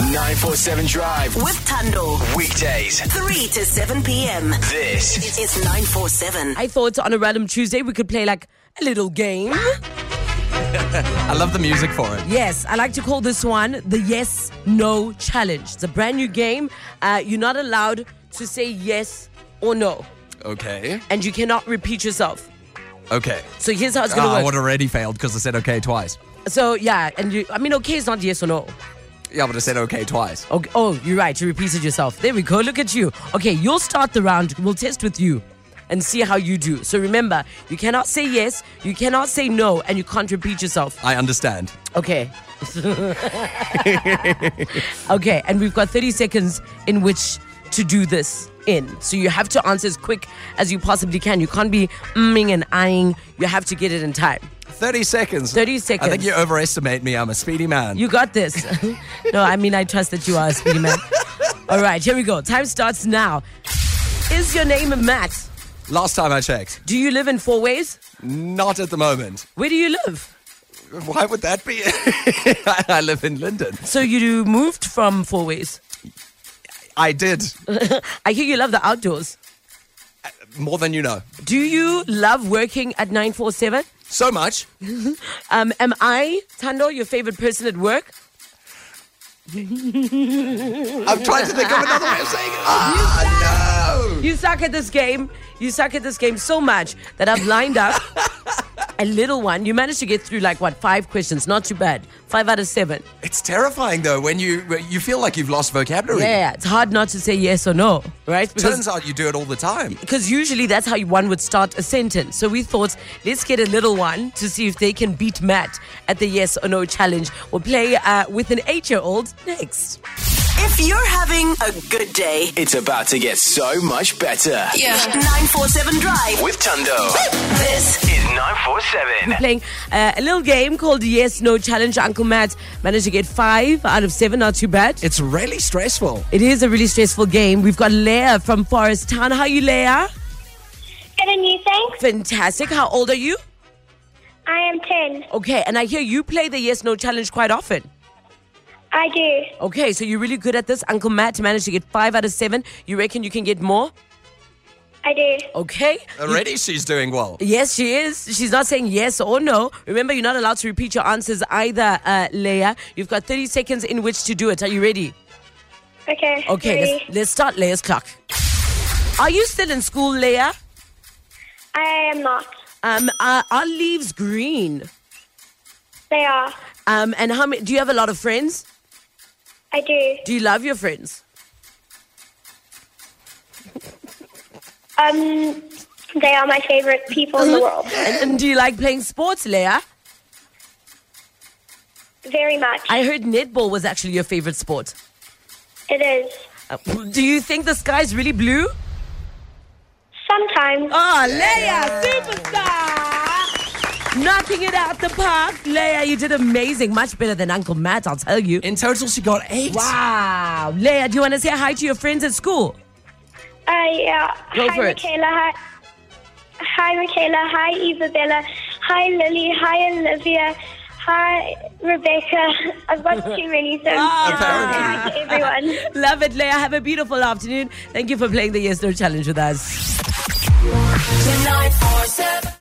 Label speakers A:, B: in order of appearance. A: 947 Drive.
B: With Tando.
A: Weekdays.
B: 3 to 7 p.m.
A: This
B: It's 947.
C: I thought on a random Tuesday we could play like a little game.
D: I love the music for it.
C: Yes, I like to call this one the Yes No Challenge. It's a brand new game. Uh, you're not allowed to say yes or no,
D: Okay.
C: and you cannot repeat yourself.
D: Okay.
C: So here's how it's
D: Ah, I
C: gonna
D: would
C: work.
D: already failed because I said okay twice.
C: So yeah, and you, I mean, okay, it's not yes or no.
D: Yeah, but I said okay twice.
C: Okay, oh, you're right. You repeated yourself. There we go. Look at you. Okay, you'll start the round. We'll test with you and see how you do. So remember, you cannot say yes, you cannot say no, and you can't repeat yourself.
D: I understand.
C: Okay. okay, and we've got 30 seconds in which to do this in. So you have to answer as quick as you possibly can. You can't be mming and eyeing. You have to get it in time.
D: 30 seconds.
C: 30
D: I think
C: seconds.
D: you overestimate me. I'm a speedy man.
C: You got this. no, I mean, I trust that you are a speedy man. All right, here we go. Time starts now. Is your name Matt?
D: Last time I checked.
C: Do you live in Four Ways?
D: Not at the moment.
C: Where do you live?
D: Why would that be? I live in London.
C: So you moved from Four Ways.
D: I did.
C: I hear you love the outdoors.
D: More than you know.
C: Do you love working at 947?
D: So much.
C: Um, am I, Tando, your favorite person at work?
D: I'm trying to think of another way of saying it. Ah, no.
C: You suck at this game. You suck at this game so much that I've lined up a little one. You managed to get through like what five questions? Not too bad. Five out of seven.
D: It's terrifying though when you when you feel like you've lost vocabulary.
C: Yeah, it's hard not to say yes or no, right?
D: Turns
C: Because
D: out you do it all the time.
C: because usually that's how one would start a sentence. So we thought, let's get a little one to see if they can beat Matt at the yes or no challenge. We'll play uh, with an eight year old next.
B: If you're having a good day,
A: It's about to get so much better.
B: yeah. 947 Drive.
A: With Tundo.
B: This
A: is 947.
C: Playing uh, a little game called the Yes No Challenge. Uncle Matt managed to get five out of seven, not too bad.
D: It's really stressful.
C: It is a really stressful game. We've got Leia from Forest Town. How are you, Leia?
E: Good and you, thanks.
C: Fantastic. How old are you?
E: I am 10.
C: Okay, and I hear you play the Yes No Challenge quite often.
E: I do.
C: Okay, so you're really good at this. Uncle Matt managed to get five out of seven. You reckon you can get more?
E: I do.
C: Okay.
D: Already she's doing well.
C: Yes, she is. She's not saying yes or no. Remember, you're not allowed to repeat your answers either, uh, Leia. You've got 30 seconds in which to do it. Are you ready?
E: Okay.
C: Okay,
E: ready.
C: let's, let's start Leia's clock. Are you still in school, Leia?
E: I am not.
C: Um, are, are leaves green?
E: They are.
C: Um, and how many? Do you have a lot of friends?
E: I do.
C: Do you love your friends?
E: Um, they are my favorite people in the world.
C: And, and do you like playing sports, Leia?
E: Very much.
C: I heard netball was actually your favorite sport.
E: It is.
C: Uh, do you think the sky's really blue?
E: Sometimes.
C: Oh, Leia, superstar! Knocking it out the park. Leia, you did amazing. Much better than Uncle Matt, I'll tell you.
D: In total, she got eight.
C: Wow. Leia, do you want to say hi to your friends at school?
E: Uh, yeah.
C: Go
E: hi,
C: for it.
E: Michaela. Hi. Hi, Michaela. Hi, Isabella. Hi, Lily. Hi, Olivia. Hi, Rebecca. I've got too many,
C: Ah.
E: so hi to everyone.
C: Love it, Leia. Have a beautiful afternoon. Thank you for playing the Yes No Challenge with us.
B: 947.